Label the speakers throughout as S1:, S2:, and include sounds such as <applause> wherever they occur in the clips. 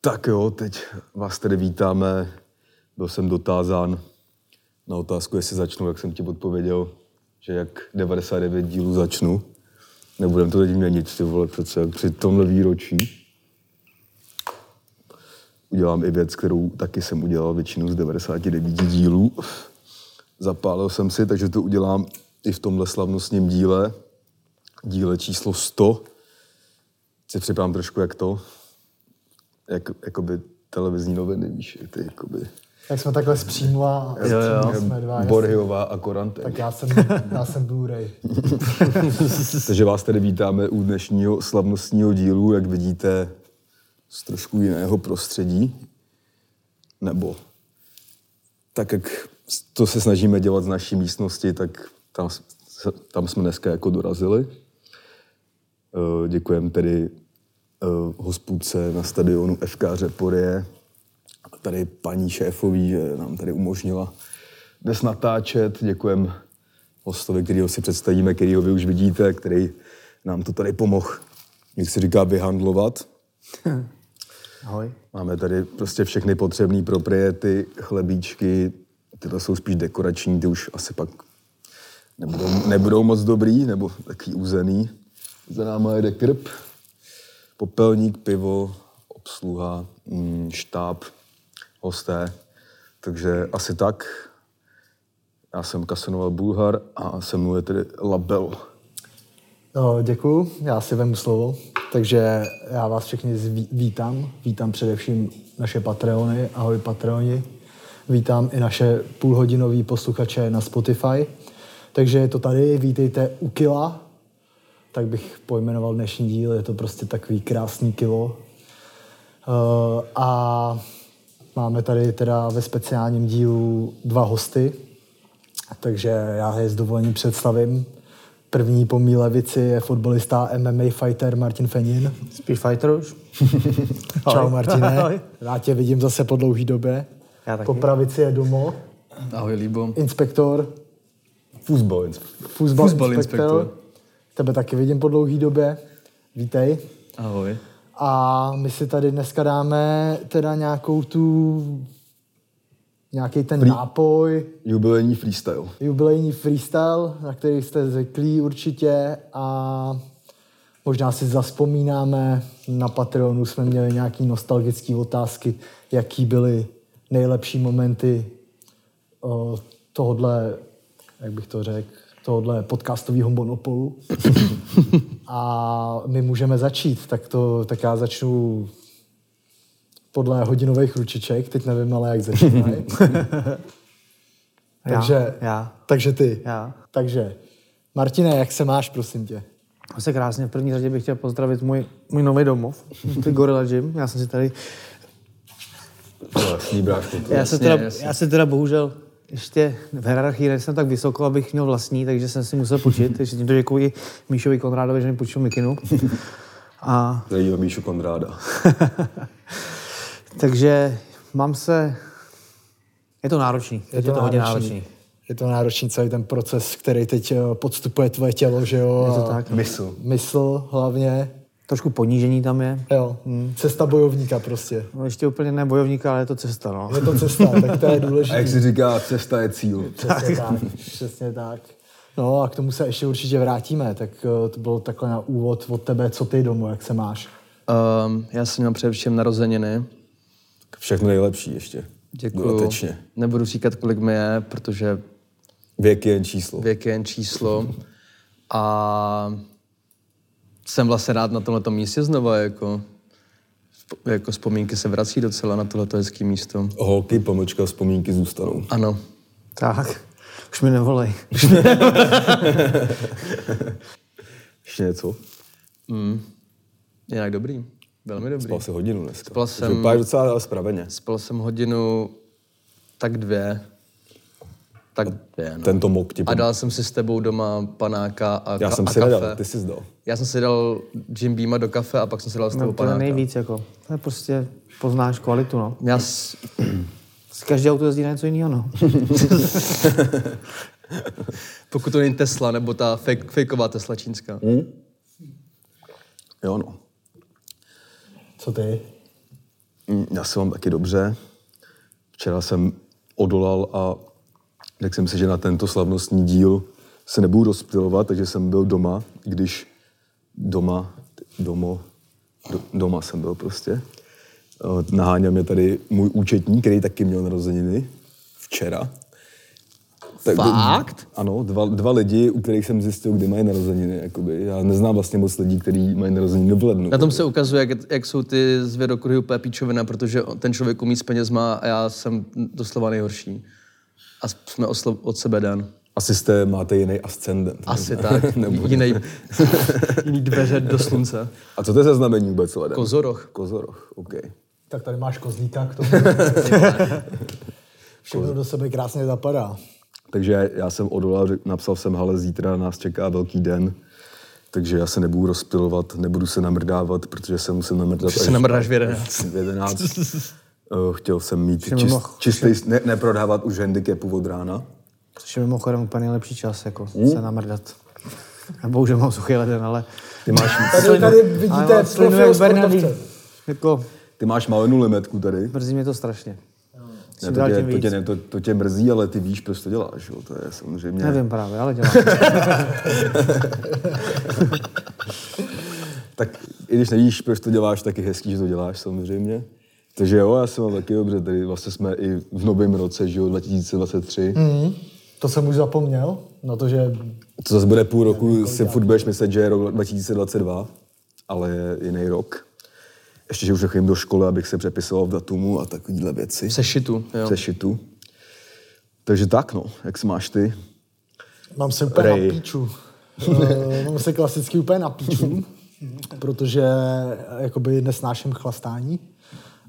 S1: Tak jo, teď vás tedy vítáme. Byl jsem dotázán na otázku, jestli začnu, jak jsem ti odpověděl, že jak 99 dílů začnu. Nebudem to teď měnit, ty vole, přece při tomhle výročí. Udělám i věc, kterou taky jsem udělal většinu z 99 dílů. Zapálil jsem si, takže to udělám i v tomhle slavnostním díle. Díle číslo 100. Si připravím trošku, jak to, jak, jakoby televizní noviny, víš, jak ty jakoby...
S2: Jak jsme takhle zpřímla a
S1: Jo, jo.
S2: zpřímla jsme dva. jasně.
S1: Borhiová a Korante.
S2: Tak já jsem, já jsem Blu-ray.
S1: Takže vás tedy vítáme u dnešního slavnostního dílu, jak vidíte, z trošku jiného prostředí. Nebo tak, jak to se snažíme dělat z naší místnosti, tak tam, s- tam jsme dneska jako dorazili. Eh, Děkujeme tedy eh, hospůdce na stadionu FK Řeporie, a tady paní šéfový, že nám tady umožnila dnes natáčet. Děkujeme hostovi, kterýho si představíme, kterýho vy už vidíte, který nám to tady pomohl, jak se říká, vyhandlovat.
S3: Ahoj.
S1: Máme tady prostě všechny potřebné propriety, chlebíčky, tyhle jsou spíš dekorační, ty už asi pak nebudou, nebudou moc dobrý, nebo taký uzený. Za náma jede krb, popelník, pivo, obsluha, mm, štáb, hosté. Takže asi tak. Já jsem Kasanoval Bulhar a se mnou je tedy Label.
S2: No, děkuju, já si vemu slovo. Takže já vás všechny zví- vítám. Vítám především naše Patreony. Ahoj Patreoni. Vítám i naše půlhodinový posluchače na Spotify. Takže je to tady, vítejte u Kila. Tak bych pojmenoval dnešní díl, je to prostě takový krásný kilo. Eh, a máme tady teda ve speciálním dílu dva hosty, takže já je s dovolením představím. První po mý levici je fotbalista MMA fighter Martin Fenin.
S3: Spíš fighter už?
S2: Čau
S3: Ahoj.
S2: Martine,
S3: Ahoj.
S2: já tě vidím zase po dlouhý době.
S3: Já taky.
S2: Po pravici je Dumo,
S4: Ahoj, líbo.
S2: inspektor,
S1: Fuzbal.
S2: fuzbal,
S4: Fuzbal
S2: inspektor.
S4: inspektor.
S2: inspektor. Tebe taky vidím po dlouhý době. Vítej.
S4: Ahoj.
S2: A my si tady dneska dáme teda nějakou tu, nějaký ten nápoj,
S1: Jubilejní freestyle.
S2: jubilejní freestyle, na který jste zvyklí určitě a možná si zaspomínáme, na Patreonu jsme měli nějaký nostalgické otázky, jaký byly nejlepší momenty o, tohodle, jak bych to řekl, tohodle podcastového monopolu. a my můžeme začít, tak, to, tak já začnu podle hodinových ručiček, teď nevím ale jak začínají.
S3: Já,
S2: takže,
S3: já.
S2: takže ty.
S3: Já.
S2: Takže, Martine, jak se máš, prosím tě?
S3: Já se krásně v první řadě bych chtěl pozdravit můj, můj nový domov, <laughs> ty Gorilla Gym. Já jsem si tady,
S1: Vlastní brášku.
S3: já se
S4: Jasně,
S3: teda,
S4: jasně.
S3: já se teda bohužel ještě v hierarchii nejsem tak vysoko, abych měl vlastní, takže jsem si musel <laughs> půjčit. Takže tímto děkuji Míšovi Konrádovi, že mi půjčil mikinu. A
S1: Zajímavý Míšu Konráda.
S3: takže mám se... Je to náročný. Je to, je to hodně náročný.
S2: Je to náročný celý ten proces, který teď eh, podstupuje tvoje tělo, že jo?
S3: Je to
S2: a
S3: tak.
S1: Mysl.
S2: Mysl hlavně.
S3: Trošku ponížení tam je.
S2: Jo,
S3: Hmm.
S2: cesta bojovníka prostě.
S3: No, ještě úplně ne bojovníka, ale je to cesta, no.
S2: Je to
S3: <laughs>
S2: cesta, tak to je
S1: A jak
S2: důležité.
S1: se říká, cesta je cíl.
S2: Přesně tak. Přesně tak. No a k tomu se ještě určitě vrátíme. Tak eh, to bylo takhle na úvod od tebe, co ty domů, jak se máš.
S4: Um, já jsem měl především narozeniny.
S1: Všechno nejlepší ještě.
S4: Děkuju.
S1: Dodatečně.
S4: Nebudu říkat, kolik mi je, protože
S1: Věk je jen číslo.
S4: věk je jen číslo. A jsem vlastně rád na tomhle místě znova, jako, jako vzpomínky se vrací docela na tohleto hezký místo.
S1: Holky, pomlčka, vzpomínky zůstanou.
S4: Ano.
S3: Tak, už mi nevolej.
S1: Ještě něco?
S4: Mm. Jinak dobrý. Velmi dobrý.
S1: Spal jsi hodinu dneska.
S4: Spal jsem-
S1: Takže Vypadáš docela spraveně.
S4: Spal jsem hodinu tak dvě. Tak dvě, no.
S1: Tento mok ti
S4: A dal jsem si s tebou doma panáka a
S1: Já
S4: ka-
S1: jsem
S4: a
S1: si
S4: kafe.
S1: nedal, ty jsi zdal.
S4: Já jsem si dal Jim Beama do kafe a pak jsem si dal s tebou
S3: No, to je
S4: panáka.
S3: nejvíc, jako. To je prostě, poznáš kvalitu, no.
S4: Já s...
S3: Z každé auto jezdí na něco jiného, no.
S1: Hm.
S4: Pokud to není Tesla, nebo ta fake, fakeová Tesla čínská.
S1: Jo no.
S2: Co ty?
S1: Mm, Já se mám taky dobře. Včera jsem odolal a řekl jsem si, že na tento slavnostní díl se nebudu rozptilovat, takže jsem byl doma, i když doma, domo, do, doma jsem byl prostě. Eh, Naháněl mě tady můj účetní, který taky měl narozeniny včera. Tak,
S4: Fakt?
S1: Ano, dva, dva lidi, u kterých jsem zjistil, kdy mají narozeniny. Jakoby. Já neznám vlastně moc lidí, kteří mají narozeniny v lednu.
S4: Na tom se ukazuje, jak, jak jsou ty zvědokruhy úplně píčovina, protože ten člověk umí s penězma a já jsem doslova nejhorší. A jsme oslo- od sebe den.
S1: Asi jste, máte jiný ascendent.
S4: Asi
S1: ne?
S4: tak.
S1: Nebo...
S4: <laughs> Jiný, jiný dveře do slunce.
S1: A co to je za znamení vůbec ledem?
S4: Kozoroch.
S1: Kozoroch, OK.
S2: Tak tady máš kozlíka k
S3: <laughs>
S2: tomu. Všechno do sebe krásně zapadá.
S1: Takže já jsem odolal, řek- napsal jsem, ale zítra nás čeká velký den, takže já se nebudu rozptilovat, nebudu se namrdávat, protože se musím namrdat
S4: Že se namrdáš v 11.
S1: v 11. Eh, Chtěl jsem mít čist,
S3: mimoch-
S1: čistý, ne, neprodávat už handicapu od rána.
S3: Což je mimochodem úplně nejlepší čas, jako
S1: Hm?
S3: mm. se namrdat. A bohužel mám suchý leden, ale...
S1: Ty máš,
S2: Tady, tady vidíte
S3: Ale slinu
S2: profil
S3: jak Bernardín.
S2: sportovce.
S3: Jako,
S1: ty máš malinu limetku tady.
S3: mrzí mě to strašně.
S1: Ne,
S3: Čím
S1: to,
S3: No, dál
S1: tě,
S3: tím
S1: to,
S3: víc.
S1: tě, ne, to, to tě mrzí, ale ty víš, proč to děláš. Jo? To je samozřejmě...
S3: Nevím právě,
S1: <laughs>
S3: ale dělám.
S1: Tak i když nevíš, proč to děláš, tak je hezký, že to děláš samozřejmě. Takže jo, já jsem mám taky dobře, tady vlastně jsme i v novém roce, že jo, 2023. Mm.
S2: To jsem už zapomněl, na to, že
S1: To zase bude půl roku, si furt budeš myslet, že je rok 2022, ale je jiný rok. Ještě, že už chodím do školy, abych se přepisoval v datumu a takovéhle věci.
S4: V sešitu.
S1: v
S4: Jo.
S1: sešitu. Takže tak, no, jak se máš ty?
S2: mám se úplně
S1: Ray.
S2: na píču. Eh, mám se klasicky úplně na píču, protože eh, jakoby nesnáším chlastání.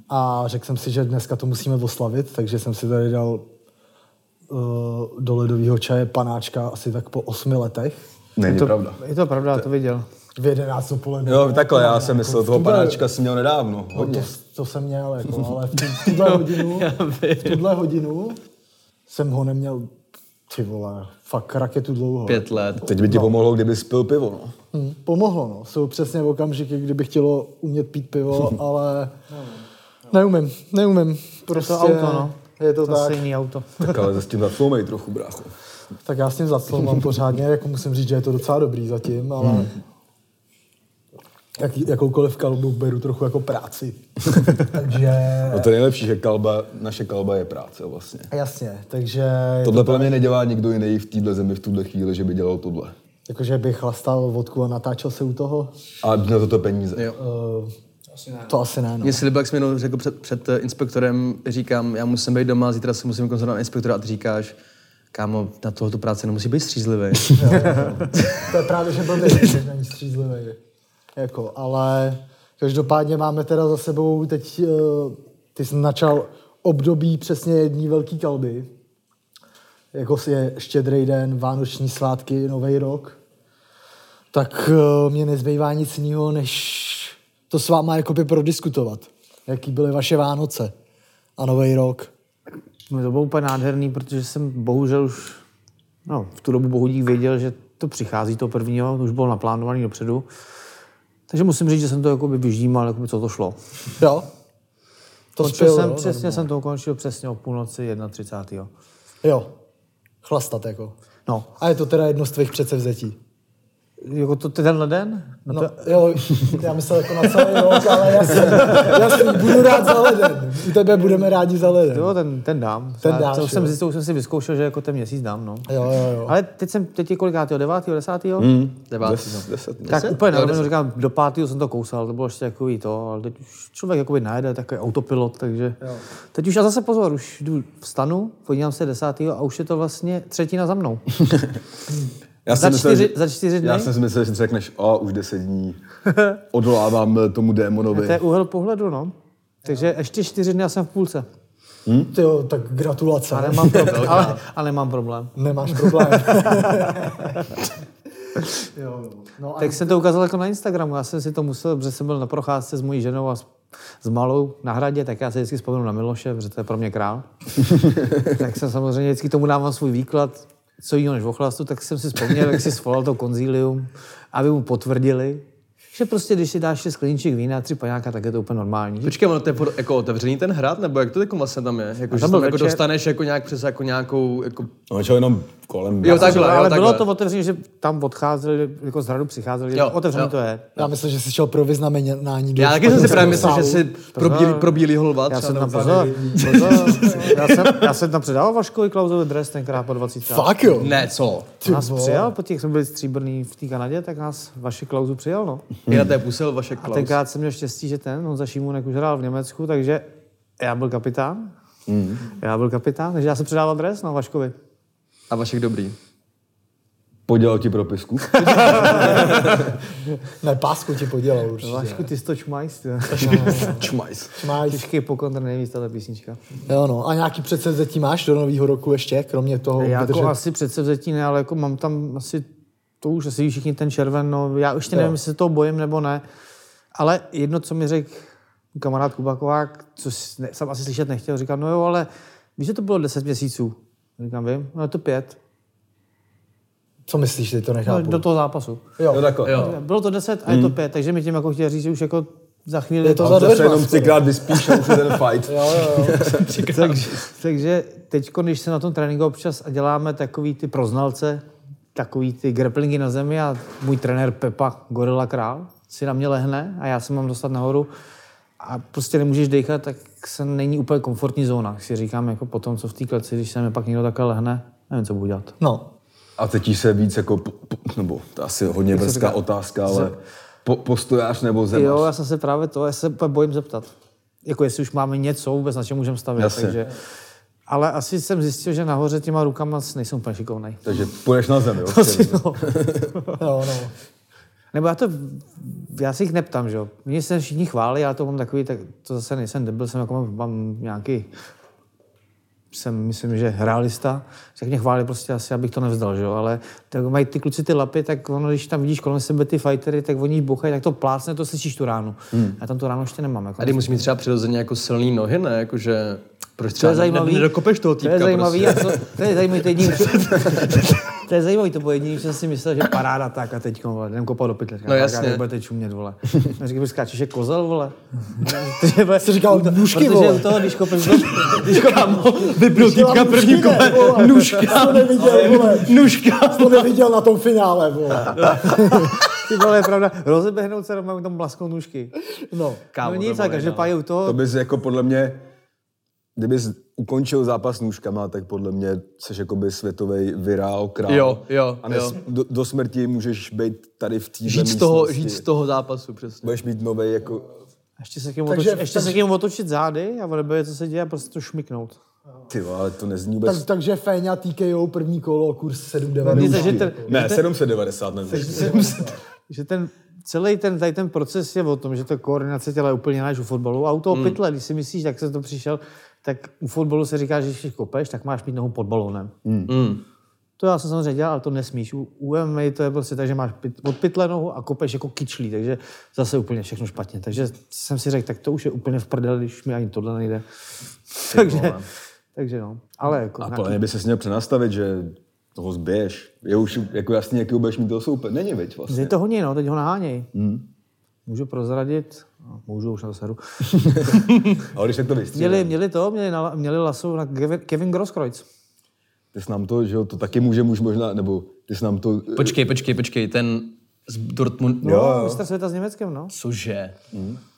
S2: A řekl jsem si, že dneska to musíme oslavit, takže jsem si tady dal eh, do ledového čaje panáčka asi tak po osmi letech.
S1: Není to... pravda.
S3: Je to pravda, já to viděl.
S2: V 11 poledne.
S1: Jo, takhle, já jsem
S2: Jako
S1: myslel,
S2: v
S1: toho
S2: tuhle-
S1: panáčka jsem měl nedávno, hodně.
S2: No, To, to jsem měl, jako, ale v, tu, v tuhle hodinu, v tuhle hodinu jsem ho neměl, ty vole, fakt raketu dlouho.
S4: Pět let.
S1: Teď by ti pomohlo, kdyby spil pivo, no.
S2: Hm, pomohlo, no. Jsou přesně okamžiky, kdyby chtělo umět pít pivo, ale neumím, neumím. Prostě
S3: To auto, no.
S2: Je to
S3: Zase
S2: tak.
S3: jiný auto.
S1: Tak ale zase tím zatloumej trochu, brácho.
S2: Tak já s tím zacloumám pořádně, jako musím říct, že je to docela dobrý zatím, ale jak, jakoukoliv kalbu beru trochu jako práci. <laughs> Takže...
S1: No to je nejlepší, že kalba, naše kalba je práce vlastně.
S2: Jasně, takže... je
S1: Tohle podle mě nedělá nikdo jiný v téhle zemi v tuhle chvíli, že by dělal tohle.
S2: Jakože bych chlastal vodku a natáčel se u toho?
S1: A na to to peníze.
S4: Jo.
S2: Uh, to asi ne, no.
S4: Mě Slibák mi jednou řekl před, před eh, inspektorem, říkám, já musím být doma, zítra se musím konzultovat na inspektora a ty říkáš, kámo, na tohoto práci nemusí
S3: <laughs>
S4: být střízlivý.
S2: To je právě, že byl že není střízlivý. Jako, ale každopádně máme teda za sebou teď, eh, ty jsi načal období přesně jední velký kalby. Jako si je štědrý den, vánoční svátky, nový rok. Tak eh, mě nezbývá nic jiného, než to s váma jakoby prodiskutovat. Jaký byly vaše Vánoce a nový rok.
S3: No to bylo úplně nádherný, protože jsem bohužel už no, v tu dobu bohudík věděl, že to přichází to prvního, to už bylo naplánovaný dopředu. Takže musím říct, že jsem to jakoby vyždímal, jakoby co to šlo.
S2: Jo? To
S3: Končil
S2: spěl,
S3: jsem,
S2: jo, no.
S3: přesně jsem to ukončil přesně o půlnoci 31.
S2: Jo. Chlastat jako.
S3: No,
S2: A je to teda jedno z tvých předsevzetí.
S3: jako to tenhle den? No,
S2: No,
S3: no. To,
S2: jo, já myslel jako na celý rok, ale jasně, jasně, budu rád za leden. U tebe budeme rádi za leden.
S3: jo, ten, ten dám.
S2: Ten
S3: Já-
S2: dáš,
S3: to jsem
S2: jo.
S3: zjistil, už jsem si vyzkoušel, že jako ten měsíc dám, no.
S2: Jo, jo, jo. Hmm.
S3: Ale teď jsem, teď je kolikátýho, devátýho, desátýho? Mm.
S4: Devátý, no.
S1: Des, deset, no.
S3: Tak
S4: Deset?
S3: úplně
S4: Jo,
S3: na
S4: deset.
S3: říkám, do pátého jsem to kousal, to bylo ještě takový to, ale teď už člověk jakoby najede takový autopilot, takže jo. teď už a zase pozor, už jdu vstanu, podívám se desátýho a už je to vlastně třetina za mnou.
S1: Já jsem
S3: za
S1: myslel,
S3: čtyři-
S1: že-
S3: za čtyři dny?
S1: Já jsem si myslel, že si řekneš, a už deset dní odolávám eh, tomu démonovi.
S3: to je úhel pohledu, no. Takže ještě čtyři dny a jsem v půlce.
S2: Ty jo, tak gratulace.
S3: A
S1: <laughs>
S3: nemám problém. ale, a nemám problém.
S2: Nemáš problém. jo, jo. no a
S3: Tak jsem to ukázal jako na Instagramu. Já jsem si to musel, protože jsem byl na procházce s mojí ženou a s, s malou na hradě, tak já se vždycky vzpomenu na Miloše, protože to je pro mě
S4: <laughs>
S3: král. tak jsem samozřejmě vždycky tomu dávám svůj výklad, co jiného než v ochlastu, tak jsem si vzpomněl, jak si svolal to konzílium, aby mu potvrdili, Že prostě, když si dáš šest skleniček vína, tři panáka, tak je to úplně normální.
S4: Počkej, ono to je pod- jako otevřený ten hrad, nebo jak to jako vlastně tam je? Jako, že
S3: tam
S4: se
S3: byl
S4: tam jako
S3: večer.
S4: dostaneš jako nějak přes jako nějakou, jako...
S1: No, čo jenom kolem.
S4: Jo, tak- takhle,
S3: No, ale
S4: jo,
S3: bylo
S4: takhle.
S3: to otevřené, že tam odcházeli, jako z hradu přicházeli,
S4: Jo,
S3: otevřené
S4: jo.
S3: to je.
S2: Já myslím, že jsi šel pro vyznamenání. do
S4: Já taky jsem si právě myslel, že
S2: sálu.
S4: si pro bílý, pro bílý holva
S3: Já
S4: třeba,
S3: jsem
S4: nebo
S3: tam pozor, pozor, já, jsem, já jsem tam předával Vaškovi Klausovi dres tenkrát po 20.
S2: Fakt jo.
S4: Ne, co?
S2: Ty
S3: nás
S2: vole.
S3: přijal, po těch jsme byli stříbrný v té Kanadě, tak nás Vašek Klausu přijal, no.
S4: Je na té pusil Vašek
S3: A
S4: Klaus.
S3: tenkrát jsem měl štěstí, že ten Honza Šimůnek už hrál v Německu, takže já byl kapitán. Mm. Já byl kapitán, takže já jsem předával dres na Vaškovi.
S4: A Vašek Dobrý.
S1: Podělal ti propisku.
S2: Ne, pásku ti podělal určitě.
S3: Vašku, ty jsi to čmajs, ty.
S1: Čmajs.
S2: Máš,
S3: Těžký pokontr nejvíc, tato písnička.
S2: jo no. A nějaký předsevzetí máš do nového roku ještě, kromě toho
S3: Já jako
S2: vydržet-
S3: asi předsevzetí ne, ale jako mám tam asi, to už asi ví všichni ten červen, no, já ještě nevím, jestli se toho bojím nebo ne, ale jedno, co mi řekl kamarád Kuba Kovák, co s- ne, jsem asi slyšet nechtěl, říkal, no jo, ale víš, že to bylo 10 měsíců? Říkám, vím, no je to pět.
S2: Co myslíš, ty to
S3: No,
S2: nechápu?
S3: do toho zápasu.
S1: No
S2: Jo,
S1: takhle. Jo.
S3: Bylo to 10 a je to pět, takže mi tím jako chtěl říct, že už jako za chvíli...
S2: Hmm. Je to
S1: A
S2: za
S1: už zase
S2: dveřma
S1: jenom
S2: skoro.
S1: třikrát vyspíš a už je ten fight.
S2: jo, jo, jo.
S3: takže, takže teď, když se na tom tréninku občas a děláme takový ty proznalce, takový ty grapplingy na zemi a můj trenér Pepa, Gorilla Král, si na mě lehne a já se mám dostat nahoru a prostě nemůžeš dechat, tak se není úplně komfortní zóna. Si říkám, jako potom, co v té kleci, když se mi pak někdo takhle lehne, nevím, co budu dělat.
S2: No,
S1: A cítíš se víc jako, po- po- nebo to je asi hodně brzká otázka, ale po, postojáš nebo zemař?
S3: Jo, já jsem se právě to, já se úplně bojím zeptat. Jako jestli už máme něco vůbec, na čem můžeme stavět.
S1: Jasně.
S3: Takže, ale asi jsem zjistil, že nahoře těma rukama nejsem úplně šikovnej.
S1: Takže půjdeš na zem, jo?
S2: jo,
S3: <laughs>
S2: no.
S3: Nebo já to, já se jich neptám, že jo. Mě se všichni chválí, já to mám takový, tak to zase nejsem debil, jsem jako mám, mám nějaký, jsem, myslím, že realista, tak mě chválí prostě asi, abych to nevzdal, že jo. Ale tak mají ty kluci ty lapy, tak ono, když tam vidíš kolem sebe ty fightery, tak oni bochají, tak to plácne, to slyšíš tu ránu. Hmm. Já tam tu ránu ještě nemám. Jako.
S4: A ty musí mít třeba přirozeně jako silný nohy, ne? Jakože... Proč
S3: To
S4: třeba
S3: je zajímavý.
S4: Ne, nedokopeš toho týpka
S3: To je zajímavý.
S4: Prostě.
S3: Prostě. A co, to je zajímavý, to je
S4: <laughs>
S3: jediný, to je zajímavý, to bylo jediný, jsem si myslel, že paráda tak a teď vole, jdem kopat do pytle. říkám,
S4: No
S3: tak
S4: jasně.
S3: a teď budete čumět, vole. Já říkám, že skáčeš je kozel,
S4: <laughs>
S3: vole. Protože, vole,
S2: Jsi říkal,
S3: proto-
S2: nůžky,
S3: protože
S2: vole.
S3: u toho, když kopeš do... Když kopám,
S4: Vypnul týpka
S2: Dělám
S4: první
S2: nůžky, ne,
S4: kole.
S3: <laughs>
S2: vole.
S4: Nůžka.
S2: To neviděl, vole.
S4: Nůžka.
S2: To neviděl na tom finále, vole.
S3: <laughs> ty vole, je pravda, rozeběhnout se, mám tam blasknou nůžky.
S2: No.
S4: Kámo,
S3: no
S4: to
S3: nic,
S4: bylo
S3: a každopádně u toho...
S1: To bys jako podle mě, kdybys ukončil zápas nůžkama, tak podle mě seš jakoby světový virál, král.
S4: Jo, jo,
S1: A nes,
S4: jo.
S1: Do, do, smrti můžeš být tady v týhle
S4: Žít z toho,
S1: místnosti.
S4: žít z toho zápasu, přesně.
S1: Budeš mít nový jako,
S3: Ještě se k němu
S2: Takže-
S3: otočit, ještě se k němu otočit zády a on nebude, co se děje, a prostě to šmiknout.
S1: ty vole, ale to nezní
S2: Tak,
S1: vůbec.
S2: takže Féňa TKO první kolo, kurz 7,90.
S3: Nic, takže ten,
S1: Ne, 790 nebo
S3: že ten celý ten, tady ten proces je o tom, že to koordinace těla je úplně jiná než u fotbalu. A u toho mm. pytle, když si myslíš, jak se to přišel, tak u fotbalu se říká, že když kopeš, tak máš mít nohu pod balónem.
S4: Mm.
S3: To já jsem samozřejmě dělal, ale to nesmíš. U, u MMA to je prostě tak, že máš pit, od pytle nohu a kopeš jako kyčlí, takže zase úplně všechno špatně. Takže jsem si řekl, tak to už je úplně v prdeli, když mi ani tohle nejde. takže, takže no. Ale jako
S1: A
S3: na-
S1: podle mě by se měl přenastavit, že toho zbiješ. Je už jako jasný, jaký budeš mít toho soupeře. Není, veď
S3: Je
S1: vlastně.
S3: to honí, no, teď ho naháněj. Můžu prozradit, no, můžu už na to seru.
S1: Ale když tak to vystřílíš.
S3: Měli, měli to, měli, na, měli lasu na Kevin, Kevin Grosskreutz.
S1: Ty jsi nám to, že jo, to taky může muž možná, nebo ty jsi nám to...
S4: Počkej, počkej, počkej, ten z Dortmundu.
S1: Jo,
S3: No,
S1: jo.
S3: mistr světa s Německem, no.
S4: Cože?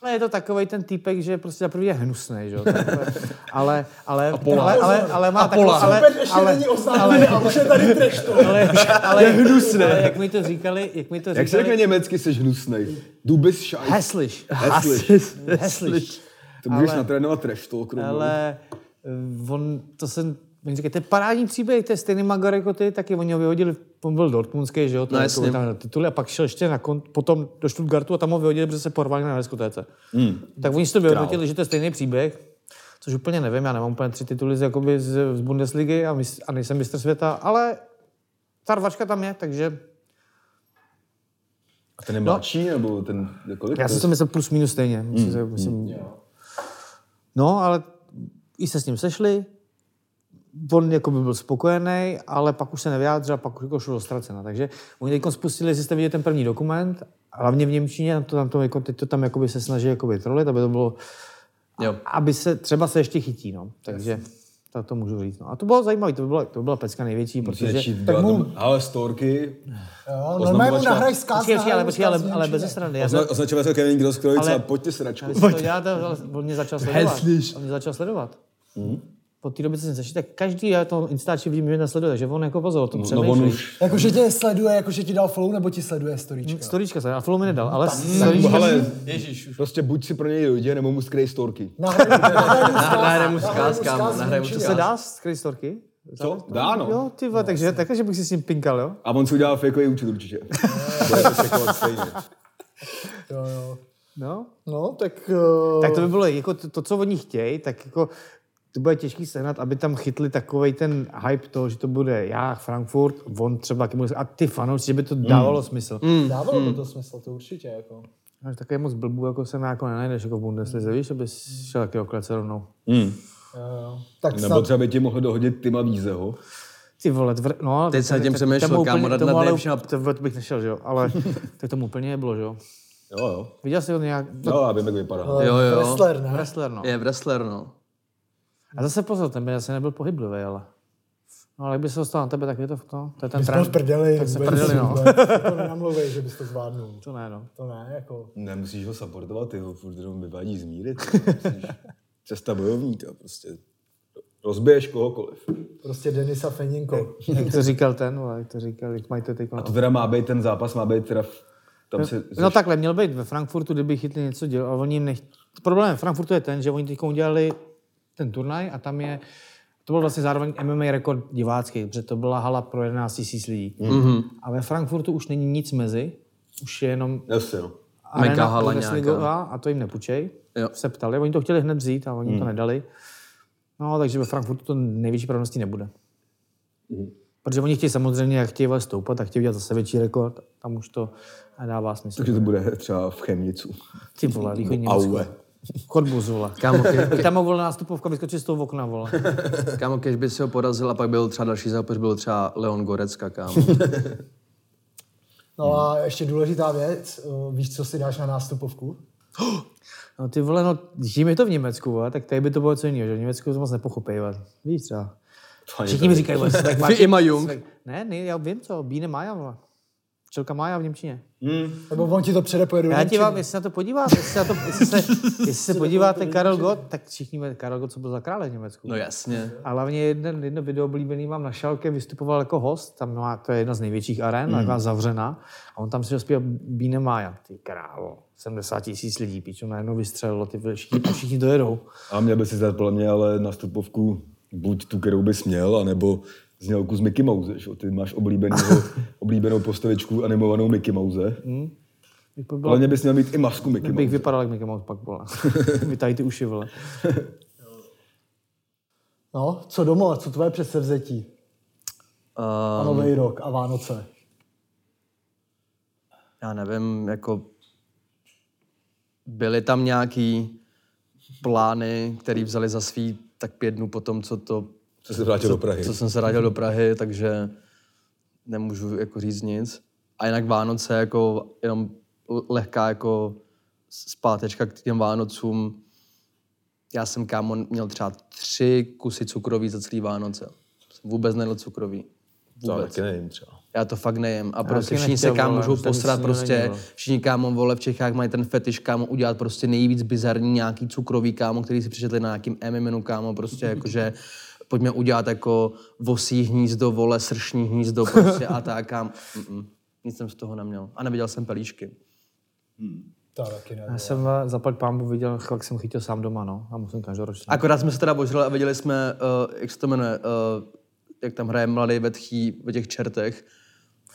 S3: Ale je to takový ten týpek, že prostě za prvý je hnusný, že jo. takhle. Ale, ale, ale, ale, ale, má takovou,
S4: Polák.
S3: ale,
S2: ještě
S3: ale,
S2: není oznámený a už je tady trash to.
S3: ale, ale, je hnusný. Ale jak mi to říkali, jak mi to
S1: Jak se řekne
S3: říkali,
S1: německy, jsi hnusnej. Du bist scheiß.
S3: Hesliš.
S1: Hässlich.
S3: Hesliš.
S1: To můžeš
S3: Ale-
S1: natrénovat trash talk. rovnou.
S3: Ale eh, on, to jsem, oni říkají, to je parádní příběh, to je stejný Magar jako ty, taky oni ho vyhodili, on byl dortmundský, že jo, to
S4: No,
S3: no,
S4: jasně.
S3: jako, tam na tituly a pak šel ještě na kon, potom do Stuttgartu a tam ho vyhodili, protože se porvali na diskotéce. Hmm. Tak oni si to vyhodnotili, že to je stejný příběh, což úplně nevím, já nemám úplně tři tituly z, jakoby z, z Bundesligy a, mis, a nejsem mistr světa, ale ta rvačka tam je, takže
S1: A ten je mladší, nebo ten... jako Kolik to
S3: já jsem
S1: je?
S3: to myslel plus minus stejně. Myslím, že- myslím, no, ale i se s ním sešli, on jako by byl spokojený, ale pak už se nevyjádřil, pak jako šlo do ztracena. Takže oni teď spustili, jestli jste viděli ten první dokument, hlavně v Němčině, tam to, tam to, jako, teď to tam jakoby se snaží jakoby trolit, aby to bylo,
S4: Jo.
S3: a, aby se třeba se ještě chytí, no. Takže tak to můžu říct. No. A to bylo zajímavé, to, by byla, to byla pecka největší, protože...
S1: Začít dělat tam, ale storky,
S2: Jo, no, normálně mu
S1: oznamovačka-
S2: nahraj zkaz.
S3: Počkej, počkej, ale,
S2: nahraj mu
S3: počkej,
S2: zkaz
S3: ale, ale bez srandy. Já jsem,
S1: ozna- označovatel jako Kevin Groskrovic
S3: Ale-
S1: a pojďte sračku.
S3: Vy jste to děláte, ale on mě začal sledovat.
S4: Heslíš.
S3: On mě začal sledovat.
S1: Mhm.
S3: Po té době, co jsem začal, tak každý, já to Instači vidím, že mě sleduje, takže on jako pozor, to
S1: No
S3: přemýšlí.
S1: on už,
S2: Jakože tě sleduje, jakože ti dal flow, nebo ti sleduje storíčka.
S3: Storíčka se, a follow mi nedal, ale
S1: tak,
S3: storíčka...
S1: ale prostě buď si pro něj dojde, nebo mu skrej storky.
S2: Nahraj nahraj mu zkaz.
S4: Nahraj mu zkaz, kámo, nahraj mu
S2: zvučí,
S4: to
S3: To se dá skrýt storky?
S1: Co? Dá, no.
S3: Jo, ty vole, takže, takhle, že bych si s ním pinkal, jo?
S1: A on si udělal fejkový účet
S3: <laughs>
S1: určitě. Bude
S3: prostě
S1: to
S3: jako
S1: čekovat stejně.
S2: Jo, jo.
S3: No,
S2: No, tak... eh,
S3: tak to by bylo, jako to, to co oni chtějí, tak jako to bude těžký sehnat, aby tam chytli takový ten hype toho, že to bude já, Frankfurt, on třeba, Kimul- a ty fanoušci, že by
S1: Hmm.
S3: to dávalo smysl.
S2: Dávalo
S3: hmm.
S2: by to smysl, to určitě, jako.
S3: Až také moc blbů, jako jsem jako nenajdeš jako v
S4: Mm.
S3: Bundeslize, víš, aby si šel taky oklece rovnou.
S2: Jo, jo. Eh, Tak
S1: Nebo
S2: snad...
S1: třeba by ti mohl dohodit Tima Vízeho.
S3: Ty vole, tvr... no.
S4: Teď jsem
S3: tak-
S4: tím
S3: tak-
S4: přemýšlel,
S3: tomu
S4: kámo,
S3: úplně-
S4: nad-
S3: tomu
S4: nad
S3: ale-
S4: nejlepším a-
S3: To to bych nešel, že jo,
S4: <laughs>
S3: ale tak tomu úplně nebylo, že jo.
S1: Jo, jo.
S3: Viděl jsi ho nějak, to,
S1: Jo, já vím, jak vypadá.
S4: Jo, jo.
S2: Wrestler, ne?
S3: wrestler, no.
S4: No. Je wrestler, no.
S3: A zase pozor, ten by asi nebyl pohyblivý, ale. No ale kdyby se dostal na tebe, tak je to, to, to je ten
S2: My jsme v
S3: trend.
S2: prdeli.
S3: Tak se
S2: vůbec,
S3: prdeli, no.
S2: vůbec. To nenamluvej, že bys to zvládnul.
S3: To ne, no.
S2: To ne, jako...
S1: Nemusíš ho supportovat, ty ho furt jenom vyvádí z míry.
S3: <laughs>
S1: ty vole, musíš- Cesta bojovníka, prostě. Rozbiješ kohokoliv.
S2: Prostě Denisa Feninko.
S3: Jak to říkal ten, vole, jak to říkal, jak mají to teď.
S1: A to teda má být ten zápas, má být teda... v- Tam se...
S3: No takhle, měl být ve Frankfurtu, kdyby chytli něco dělal, ale oni jim nech... Problém Frankfurtu je ten, že oni teď udělali ten turnaj a tam je, to byl vlastně zároveň MMA rekord divácký, protože to byla hala pro 11 000 lidí.
S4: Mhm.
S3: Mm-hmm. A ve Frankfurtu už není nic mezi, už je jenom
S1: Jasně, no.
S3: arena
S4: Mega hala
S3: Bundesliga
S4: nějaká.
S3: a to jim nepůjčej.
S4: Jo. Mhm.
S3: Se ptali, oni to chtěli hned vzít a oni mm. to nedali. No, takže ve Frankfurtu to největší pravděpodobností nebude.
S4: Mhm.
S3: Protože oni chtějí samozřejmě, jak chtějí vole stoupat, tak chtějí udělat zase větší rekord. Tam už to nedává smysl.
S1: Takže to bude třeba v Chemnicu.
S3: Ty vole, východní Německo.
S1: Aue.
S3: Korbus, vole.
S4: Hm, Kámo, ke, <laughs>
S3: Tam ho vole nástupovka vyskočí z toho okna, vole.
S4: kámo, kež by si ho porazil a pak byl třeba další zápas, byl třeba Leon Gorecka, <laughs> kámo.
S2: No a ještě důležitá věc. eh, Víš, co si dáš na nástupovku?
S3: No ty vole, no, tím je to v Německu, vole, tak tady by to bylo co jiného, že v Německu to moc nepochopí, vole. Víš třeba. Všichni mi říkají, vole,
S4: <laughs>
S3: tak máš...
S4: Ima Jung.
S3: Ne, ne, já vím co, Bíne Maja, vole. Čelka Maja v Němčině.
S4: No,
S2: Nebo on ti to předepojede do
S3: Já ti
S2: Němčiny.
S3: vám, jestli na to podíváte, jestli, na to, jestli,
S4: <laughs>
S3: se, jestli se podíváte Karel Gott, tak všichni mají Karel Gott, co byl za krále v Německu.
S4: No jasně.
S3: A hlavně jeden, jedno video oblíbený mám na Šalke, vystupoval jako host, tam má, to je jedna z největších aren, mm. taková zavřená, a on tam si dospěl Bíne Mája, ty krávo, 70 tisíc lidí, píču, najednou vystřelilo, ty vole, všichni, a všichni dojedou.
S1: A měl by si dát podle mě ale nastupovku buď tu, kterou bys měl, anebo znělku z Mickey Mouse. Že? jo? Ty máš oblíbenýho,
S3: <laughs>
S1: oblíbenou postavičku animovanou Mickey Mouse.
S3: Bych by byla,
S1: Podle mě bys měl mít i masku Mickey
S3: No. bych
S1: Mouse.
S3: vypadal jak Mickey Mouse pak, vole. Vytají ty uši, vole.
S2: No, co domov, co tvoje předsevzetí?
S3: Um.
S2: A
S4: Uh,
S2: nový rok a Vánoce.
S4: já nevím, jako byly tam nějaký plány, které vzali za svý tak pět dnů po tom, co to,
S1: Co se vrátil do Prahy.
S4: co jsem se vrátil do Prahy, takže nemůžu jako říct nic. A jinak Vánoce jako jenom l- lehká jako zpátečka k těm Vánocům. Já jsem kámo měl třeba tři kusy cukroví za celý Vánoce. Jsem vůbec nedal cukroví.
S1: To já
S4: Vůbec.
S1: taky nevím třeba.
S4: Já to fakt nejím. A prostě
S3: taky
S4: všichni se
S3: nechtěl,
S4: kámo
S3: vole,
S4: můžou
S3: už tam nic
S4: posrat
S3: jiného není,
S4: prostě.
S3: vole.
S4: Všichni kámo vole v Čechách mají ten fetiš kámo udělat prostě nejvíc bizarní nějaký cukrový kámo, který si přečetli na nějakým MMNu
S3: <laughs>
S4: kámo prostě jakože pojďme udělat jako vosí hnízdo, vole, sršní hnízdo prostě a tak kám. Mm-mm. Nic jsem z toho neměl. A neviděl jsem pelíšky.
S2: To taky ne.
S3: Já jsem eh, za pár pámbu viděl, jak jsem chytil sám doma, no. A musím každoročně.
S4: Akorát jsme se teda božili a viděli jsme, uh, jak se to jmenuje, uh, jak tam hraje mladý vetchý ve těch čertech.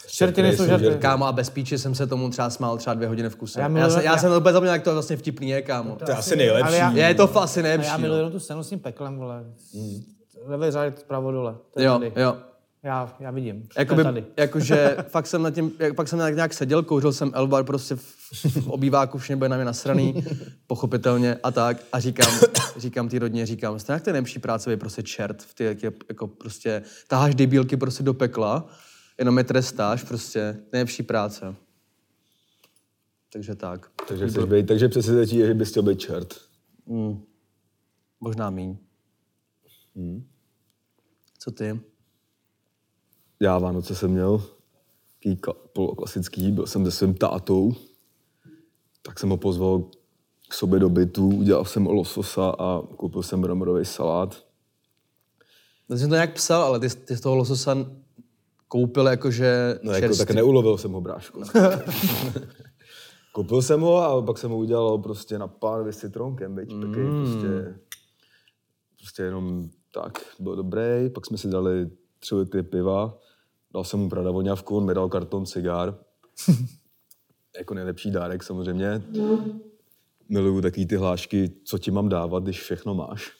S3: Čerty nejsou žerty.
S4: Kámo, a bez píči jsem se tomu třeba smál třeba dvě hodiny v kuse.
S3: Já
S4: Já, já,
S3: miluju-
S4: jsem, já,
S3: já-
S4: jsem úplně zapomněl, jak to vlastně vtipný je, kámo.
S1: To je asi nejlepší.
S3: Ale já-
S4: Je to fa- asi
S3: A já
S4: nejlepší.
S3: miluji
S4: no.
S3: jenom tu scénu s tím peklem, vole. Levý řádek, pravo dole. To je
S4: Jo,
S3: tady.
S4: jo.
S3: Já, já vidím.
S4: Jakoby,
S3: To je tady.
S4: jakože <laughs> fakt jsem na tím, jak, pak jsem tak nějak seděl, kouřil jsem Elbar prostě v, v obýváku, všechny byly na
S3: <laughs>
S4: mě nasraný, pochopitelně a tak. A říkám, říkám ty rodně, říkám, jste jak ten nejlepší práce je prostě čert, v ty, jak je, jako prostě taháš debílky prostě do pekla, jenom je trestáš prostě, nejlepší práce. Takže tak,
S1: Takže, chceš být, takže přesvědčí, že bys chtěl být čert.
S4: možná míň.
S1: Hmm.
S4: Co ty?
S1: Já Vánoce jsem měl taký ka- poloklasický, byl jsem se svým tátou, tak jsem ho pozval k sobě do bytu, udělal jsem lososa a koupil jsem bramborový salát.
S4: Já jsem No, to nějak psal, ale ty, ty z toho lososa koupil jakože
S1: No jako, tak
S4: <laughs>
S1: neulovil jsem ho, <laughs> brášku. Koupil jsem ho a pak jsem ho udělal prostě na pánvi s citronkem, veď, mm. taky prostě, prostě jenom tak, byl dobrý. Pak jsme si dali tři litry piva, dal jsem mu pradavoňavku, on mi dal karton <laughs> cigár. jako nejlepší dárek samozřejmě. Miluju taky ty hlášky, co ti mám dávat, když všechno máš.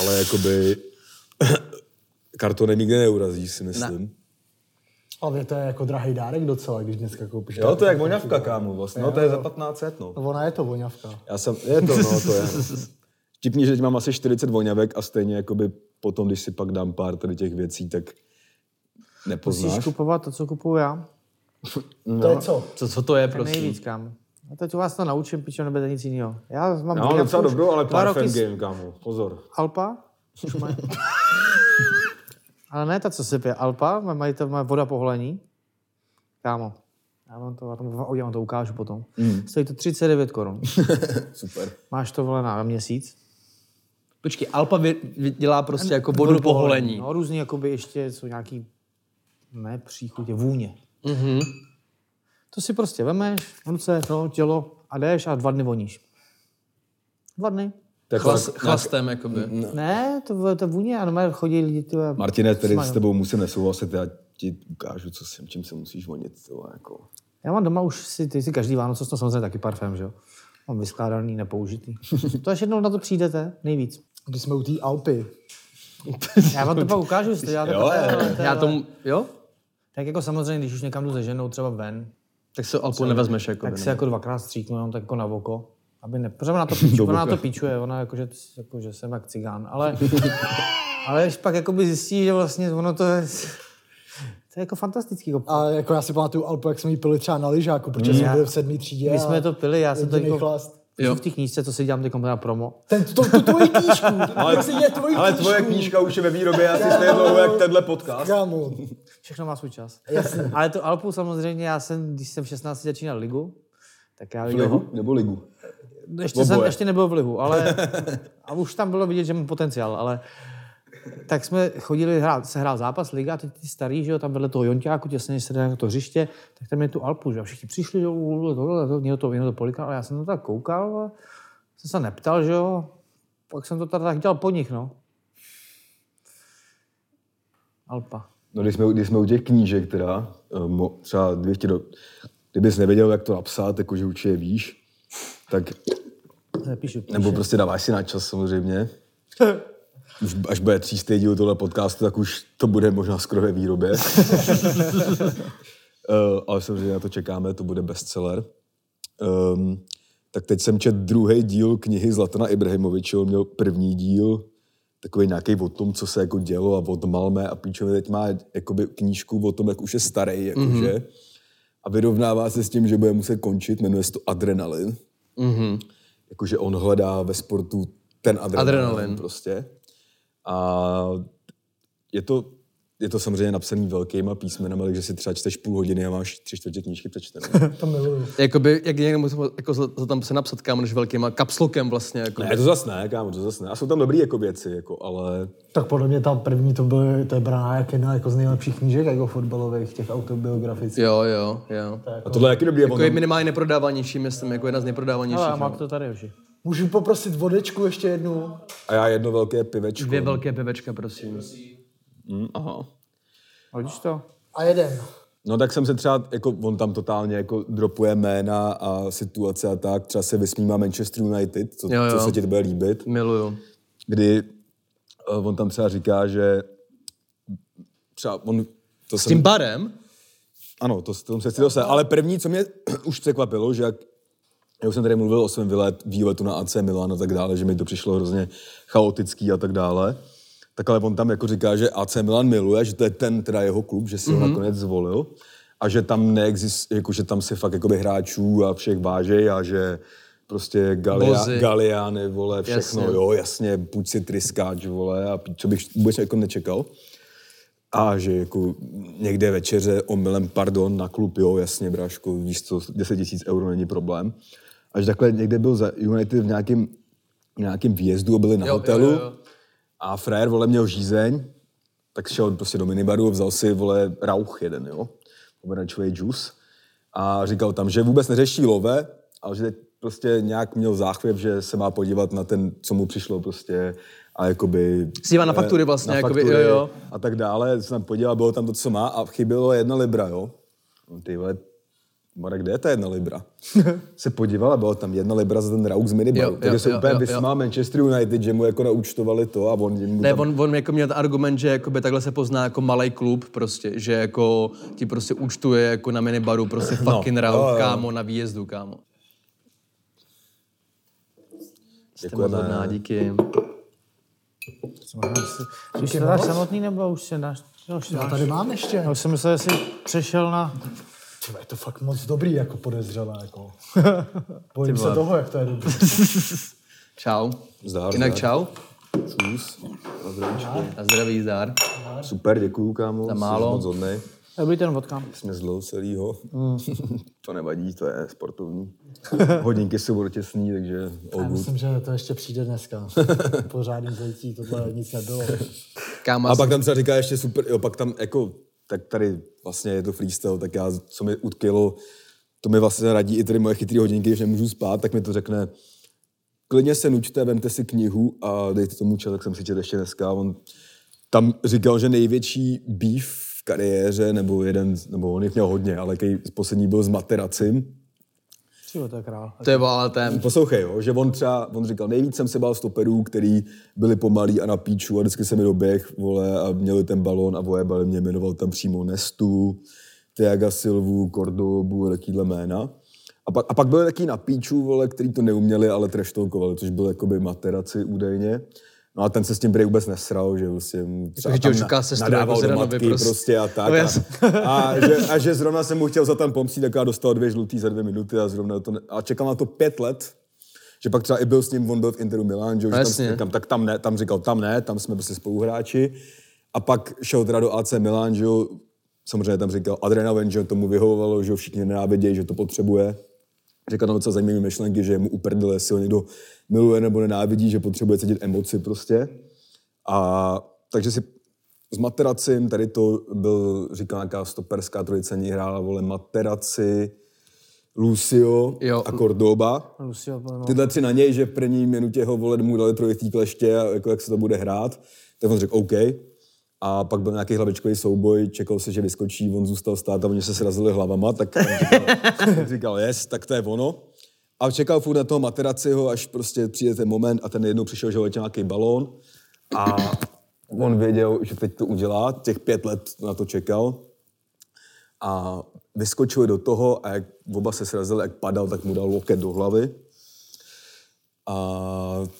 S1: Ale <laughs> jakoby kartonem nikdy neurazíš, si myslím. Ne.
S2: Ale to je jako drahý dárek docela, když dneska koupíš.
S1: Jo, to je jak voňavka, kámo, vlastně. No, to je za 1500, no.
S2: Ona je to voňavka.
S1: Já jsem, je to, no, to je. <laughs> no. Vtipný, že mám asi 40 voňavek a stejně jakoby potom, když si pak dám pár tady těch věcí, tak
S3: Musíš
S1: nepoznáš.
S3: kupovat to, co kupuju já.
S2: No. To je co?
S4: Co, co to je,
S3: Prosím.
S4: prosím?
S3: Nejvíc, kam. A teď vás to naučím, pičo, nebude nic jiného. Já mám
S1: Já mám
S3: já
S1: docela
S3: už
S1: dobrou, No, ale
S3: dva
S1: pár
S3: roky
S1: fan
S3: s-
S1: game, kámo. Pozor.
S3: Alpa.
S1: <laughs>
S3: Už mají. ale ne ta, co se pije. Alpa, mají to mají voda pohlení. Kámo. Já vám to, já vám, já vám to ukážu potom. Mm. Stojí to
S1: <laughs>
S3: 39 korun.
S1: Super.
S3: Máš to vole na měsíc.
S4: Počkej, Alpa vy, vy dělá prostě jako vodu po holení.
S3: No, různý, jakoby ještě jsou nějaký, ne příchutě, vůně. Mm-hmm. To si prostě vemeš, v ruce, no, tělo a jdeš a dva dny voníš. Dva dny.
S1: Tak
S4: Chlas,
S1: tak-
S4: chlastem, jakoby.
S3: No. Ne, to, vole, to vůně, ano, mají- chodí lidi, ty vole,
S1: Martine, tady s
S3: smažou.
S1: tebou musím nesouhlasit, já ti ukážu, co jsem, čím se musíš vonit. To jako.
S3: Já mám doma už si, ty si každý Vánoce, to samozřejmě taky parfém, že jo? Mám vyskládaný, nepoužitý. To až jednou na to přijdete, nejvíc.
S2: Když jsme u té Alpy,
S3: Já vám to pak ukážu, jestli to děláte.
S1: Jo,
S3: takhle,
S1: jo,
S3: ale to je-
S4: Já tomu, jo?
S3: Tak jako samozřejmě, když už někam jdu se ženou, třeba ven,
S1: Jako
S4: Tak se Alpu nevezmeš, jako.
S3: tak se jako dvakrát stříknu, jenom tak jako na oko. Aby ne, protože ona to, píču, ona to píčuje, ona jako, že, jako, že jsem jak cigán,
S1: <laughs>
S3: ale, ale když pak jakoby zjistí, že vlastně ono to je, to je jako fantastický. Jako,
S2: a jako já si pamatuju Alpu, jak jsme ji pili třeba na lyžáku, protože jsme
S3: Já-
S2: byli v sedmý třídě.
S3: Mm. my
S2: a
S3: jsme to pili, já jsem to
S2: jedinej
S3: jako,
S2: chlast.
S4: Jo.
S3: v té knížce, co si dělám teď na promo,
S2: Ten, to, tu tvoji
S3: <laughs>
S2: knížku, ale, prostě je tvoji
S1: Ale
S2: knížku.
S1: tvoje knížka už je ve výrobě asi stejně dlouho, jak tenhle podcast.
S2: Kámo,
S3: Všechno má svůj čas. Ale tu Alpu samozřejmě, já jsem, když jsem v 16 začínal ligu, tak já viděl,
S1: Ligu? Nebo ligu?
S3: ještě jsem
S1: Oboje.
S3: ještě nebyl v lihu, ale
S1: <laughs>
S3: a už tam bylo vidět, že mám potenciál, ale tak jsme chodili, hrát, se hrál zápas liga a teď ty starý, že jo, tam vedle toho Jonťáku, těsně než se jde na to hřiště, tak tam je tu Alpu, že jo, všichni přišli, že jo, tohle, tohle, to, někdo to, někdo to polika, ale já jsem to tak koukal a jsem se neptal, že jo, pak jsem to tady tak dělal po nich, no. Alpa.
S1: No, když jsme, když jsme u těch knížek, teda, eh, mo- třeba dvě ti do... Kdybys nevěděl, jak to napsat, jakože určitě víš, tak,
S3: Nepíšu, píšu.
S1: nebo prostě dáváš si na čas samozřejmě. <laughs> Už, až bude třístý díl tohle podcastu, tak už to bude možná skoro ve výrobě. Eh, ale samozřejmě na to čekáme, to bude bestseller. Um, tak teď jsem čet druhý díl knihy Zlatana Ibrahimoviče, on měl první díl, takový nějaký o tom, co se jako dělo a od Malmé a píčovi teď má jakoby knížku o tom, jak už je starý, jakože. Mm-hmm. A vyrovnává se s tím, že bude muset končit, jmenuje se to Adrenalin. Mm-hmm. Jakože on hledá ve sportu ten adrenalin, adrenalin.
S4: Adrenalin.
S1: prostě. A je to, je to samozřejmě napsaný velkýma písmenama, takže si třeba čteš půl hodiny a máš tři čtvrtě knížky přečtenou.
S2: to miluju.
S4: Jakoby, jak někdo musím jako za- za tam se napsat kámo, než velkýma kapslokem vlastně, jako.
S1: Ne, to zas ne, kámo, to zas ne. A jsou tam dobrý jako věci, jako, ale...
S2: Tak podle mě ta první to byl, to je brána jak jedna jako z nejlepších knížek jako fotbalových, těch autobiografických.
S4: Jo, jo, jo.
S1: A tohle je jaký dobrý, jako
S4: Jako je minimálně neprodávanější, myslím, jako jedna z nejprodávanějších.
S3: Ale má
S4: no.
S3: to tady už. je.
S2: Můžu poprosit vodečku ještě jednu?
S1: A já jedno velké pivečko.
S4: Dvě velké pivečka, prosím. Mm, aha.
S3: A vidíš to?
S2: A jeden.
S1: No tak jsem se třeba, jako on tam totálně jako dropuje jména a situace a tak, třeba se vysmívá Manchester United, co,
S4: Jo, jo.
S1: co se ti to bude líbit,
S4: Miluju.
S1: kdy eh, on tam třeba říká, že třeba on... To
S4: S tím barem?
S1: Ano, to, s tom se chci dostat. Ale první, co mě <clears throat> už překvapilo, že jak, já už jsem tady mluvil o svém výlet, výletu na AC Milan a tak dále, že mi to přišlo hrozně chaotický a tak dále, tak ale on tam jako říká, že AC Milan miluje, že to je ten teda jeho klub, že si
S4: Mhm.
S1: mm-hmm. ho nakonec zvolil a že tam neexist, jako, že tam se fakt jakoby hráčů a všech vážej a že prostě Galia,
S4: Bozy.
S1: Galiány, vole, všechno,
S4: Jasně.
S1: jo, jasně, buď si tryskáč, vole, a co bych vůbec jako nečekal. A že jako někde večeře omylem, pardon, na klub, jo, jasně, brášku, víš co, 10 tisíc euro není problém. Až takhle někde byl za United v nějakém, nějakém výjezdu a byli na
S4: Jo, jo,
S1: hotelu.
S4: jo.
S1: A frajer, vole, měl žízeň, tak šel prostě do minibaru a vzal si, vole, rauch jeden, jo, pomerančový džus. A říkal tam, že vůbec neřeší love, ale že teď prostě nějak měl záchvěv, že se má podívat na ten, co mu přišlo prostě a jakoby...
S4: Se dívá na
S1: eh,
S4: faktury vlastně, jakoby, jo, jo.
S1: a tak dále, se tam podíval, bylo tam to, co má a chybělo jedna libra, jo. No, ty vole, Marek, kde je ta jedna libra? <laughs> se podíval a bylo tam jedna libra za ten rauk z minibaru.
S4: Jo,
S1: Takže
S4: jo,
S1: se
S4: jo,
S1: úplně
S4: jo, jo.
S1: vysmá Manchester United, že mu jako naučtovali to a on jim
S4: Ne,
S1: tam...
S4: on, on jako měl ten argument, že jakoby takhle se pozná jako malý klub prostě, že jako ti prostě účtuje jako na minibaru prostě
S1: <laughs> No.
S4: fucking rau,
S1: jo, jo.
S4: kámo, na výjezdu, kámo. Jste moc
S1: Děkujeme.
S4: hodná, díky.
S3: Když to dáš samotný, nebo už se dáš? No, už se
S2: Já
S3: dáš.
S2: tady mám ještě.
S3: Já už jsem myslel, že jsi přešel na...
S2: Tyba, je to fakt moc dobrý, jako podezřelé.
S3: <laughs>
S2: Jako. Bojím se toho, jak to je dobrý.
S4: Čau.
S1: Zdar,
S4: Jinak
S1: zdar.
S4: čau.
S1: Čus. Na zdravíčku.
S4: Na zdraví, zdar.
S1: Super, děkuju, kámo. Za
S4: málo.
S1: Moc hodnej.
S3: Dobrý ten vodka.
S1: Jsme zlou celýho.
S4: Mm.
S1: <laughs> to nevadí, to je sportovní. Hodinky jsou otěsný, takže all
S2: Já
S1: good.
S2: myslím, že to ještě přijde
S3: <laughs>
S2: dneska. Pořádný zletí, tohle nic nebylo.
S4: Kámo,
S1: A
S4: asi-
S1: pak tam třeba říká ještě super, jo, pak tam jako, tak tady vlastně je to freestyle, tak já, co mi utkylo, to mi vlastně radí i tady moje chytrý hodinky, když nemůžu spát, tak mi to řekne, klidně se nučte, vemte si knihu a dejte tomu čas, tak jsem si četl ještě dneska. On tam říkal, že největší beef v kariéře, nebo jeden, z- nebo on jich měl hodně, ale jaký poslední byl s materacím,
S3: Třivo, to je král.
S4: to je vole, ten.
S1: Poslouchej, jo, že on třeba, on říkal, nejvíc jsem se bál stoperů, který byli pomalí a na píču a vždycky se mi doběh, vole, a měli ten balón a vojebali mě, jmenoval tam přímo Nestu, Tiaga Silvu, Cordobu, takovýhle jména. A pak, a pak byli taky na píču, vole, který to neuměli, ale treštolkovali, což byl jakoby materaci údajně. No a ten se s tím prej vůbec nesral, že vlastně mu třeba
S4: Jako, že tě
S1: tam
S4: ožuká
S1: na-
S4: sestra
S1: nadával
S4: jako
S1: do
S4: Zidanovi
S1: matky
S4: prostě.
S1: prostě a
S4: No
S1: tak.
S4: jas-
S1: A, a, že, a že zrovna jsem mu chtěl za tam pomstít, tak já dostal dvě žlutý za dvě minuty a zrovna to ne, A čekal na to pět let, že pak třeba i byl s ním, on byl v Interu Milan, že už
S4: No
S1: tam,
S4: jasně.
S1: říkám, tak tam ne, tam říkal, tam ne, tam jsme prostě spoluhráči. A pak šel teda do AC Milan, že jo, samozřejmě tam říkal adrenalin, že jo, tomu vyhovovalo, že jo, všichni nenávidějí, že to potřebuje. Říkal no, tam docela zajímavé myšlenky, že je mu uprdele, jestli ho někdo miluje nebo nenávidí, že potřebuje cítit emoci prostě. A takže si s Materacim, tady to byl, říkal nějaká stoperská trojice, ní hrála, vole, Materaci, Lucio
S4: Jo.
S1: a Cordoba.
S3: Lucio, no.
S1: Tyhle tři na něj, že v první minutě ho vole mu dali trojitý kleště, a jako jak se to bude hrát, tak on řekl OK. A pak byl nějaký hlavičkový souboj, čekal se, že vyskočí, on zůstal stát a oni se srazili hlavama, tak on říkal, <laughs> on říkal yes, tak to je ono. A čekal furt na toho Materaciho, až prostě přijde ten moment a ten jednou přišel, že letěl nějaký balón a on věděl, že teď to udělá, těch pět let na to čekal a vyskočili do toho a jak oba se srazili, jak padal, tak mu dal loket do hlavy. A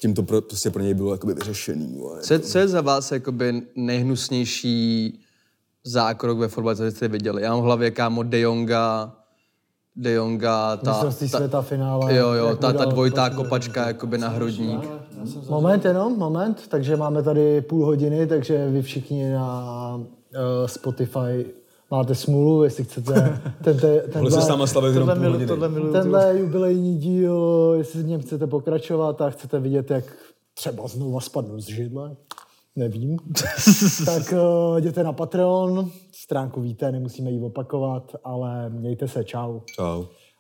S1: tím to pro, prostě pro něj bylo jakoby vyřešený. vole.
S4: Co je, co je za vás jakoby nejhnusnější zákrok ve fotbale, co jste viděli? Já mám v hlavě kámo De Jonga, De Jonga, ta,
S2: Mistrovství
S4: ta,
S2: světa finále.
S4: jo, jo,
S2: jak
S4: ta, ta
S2: udal-
S4: dvojitá kopačka jakoby na hrudník.
S2: Moment jenom, moment. Takže máme tady půl hodiny, takže vy všichni na eh, Spotify máte smůlu, jestli chcete tento,
S1: Ale se sama
S2: tenhle,
S1: slavil jenom půl hodiny.
S3: miluju.
S2: tenhle jubilejní díl, jestli v něm chcete pokračovat a chcete vidět, jak třeba znovu spadnu z židle, nevím, tak eh, jděte na Patreon, stránku víte, nemusíme ji opakovat, ale mějte se, čau.
S1: Čau.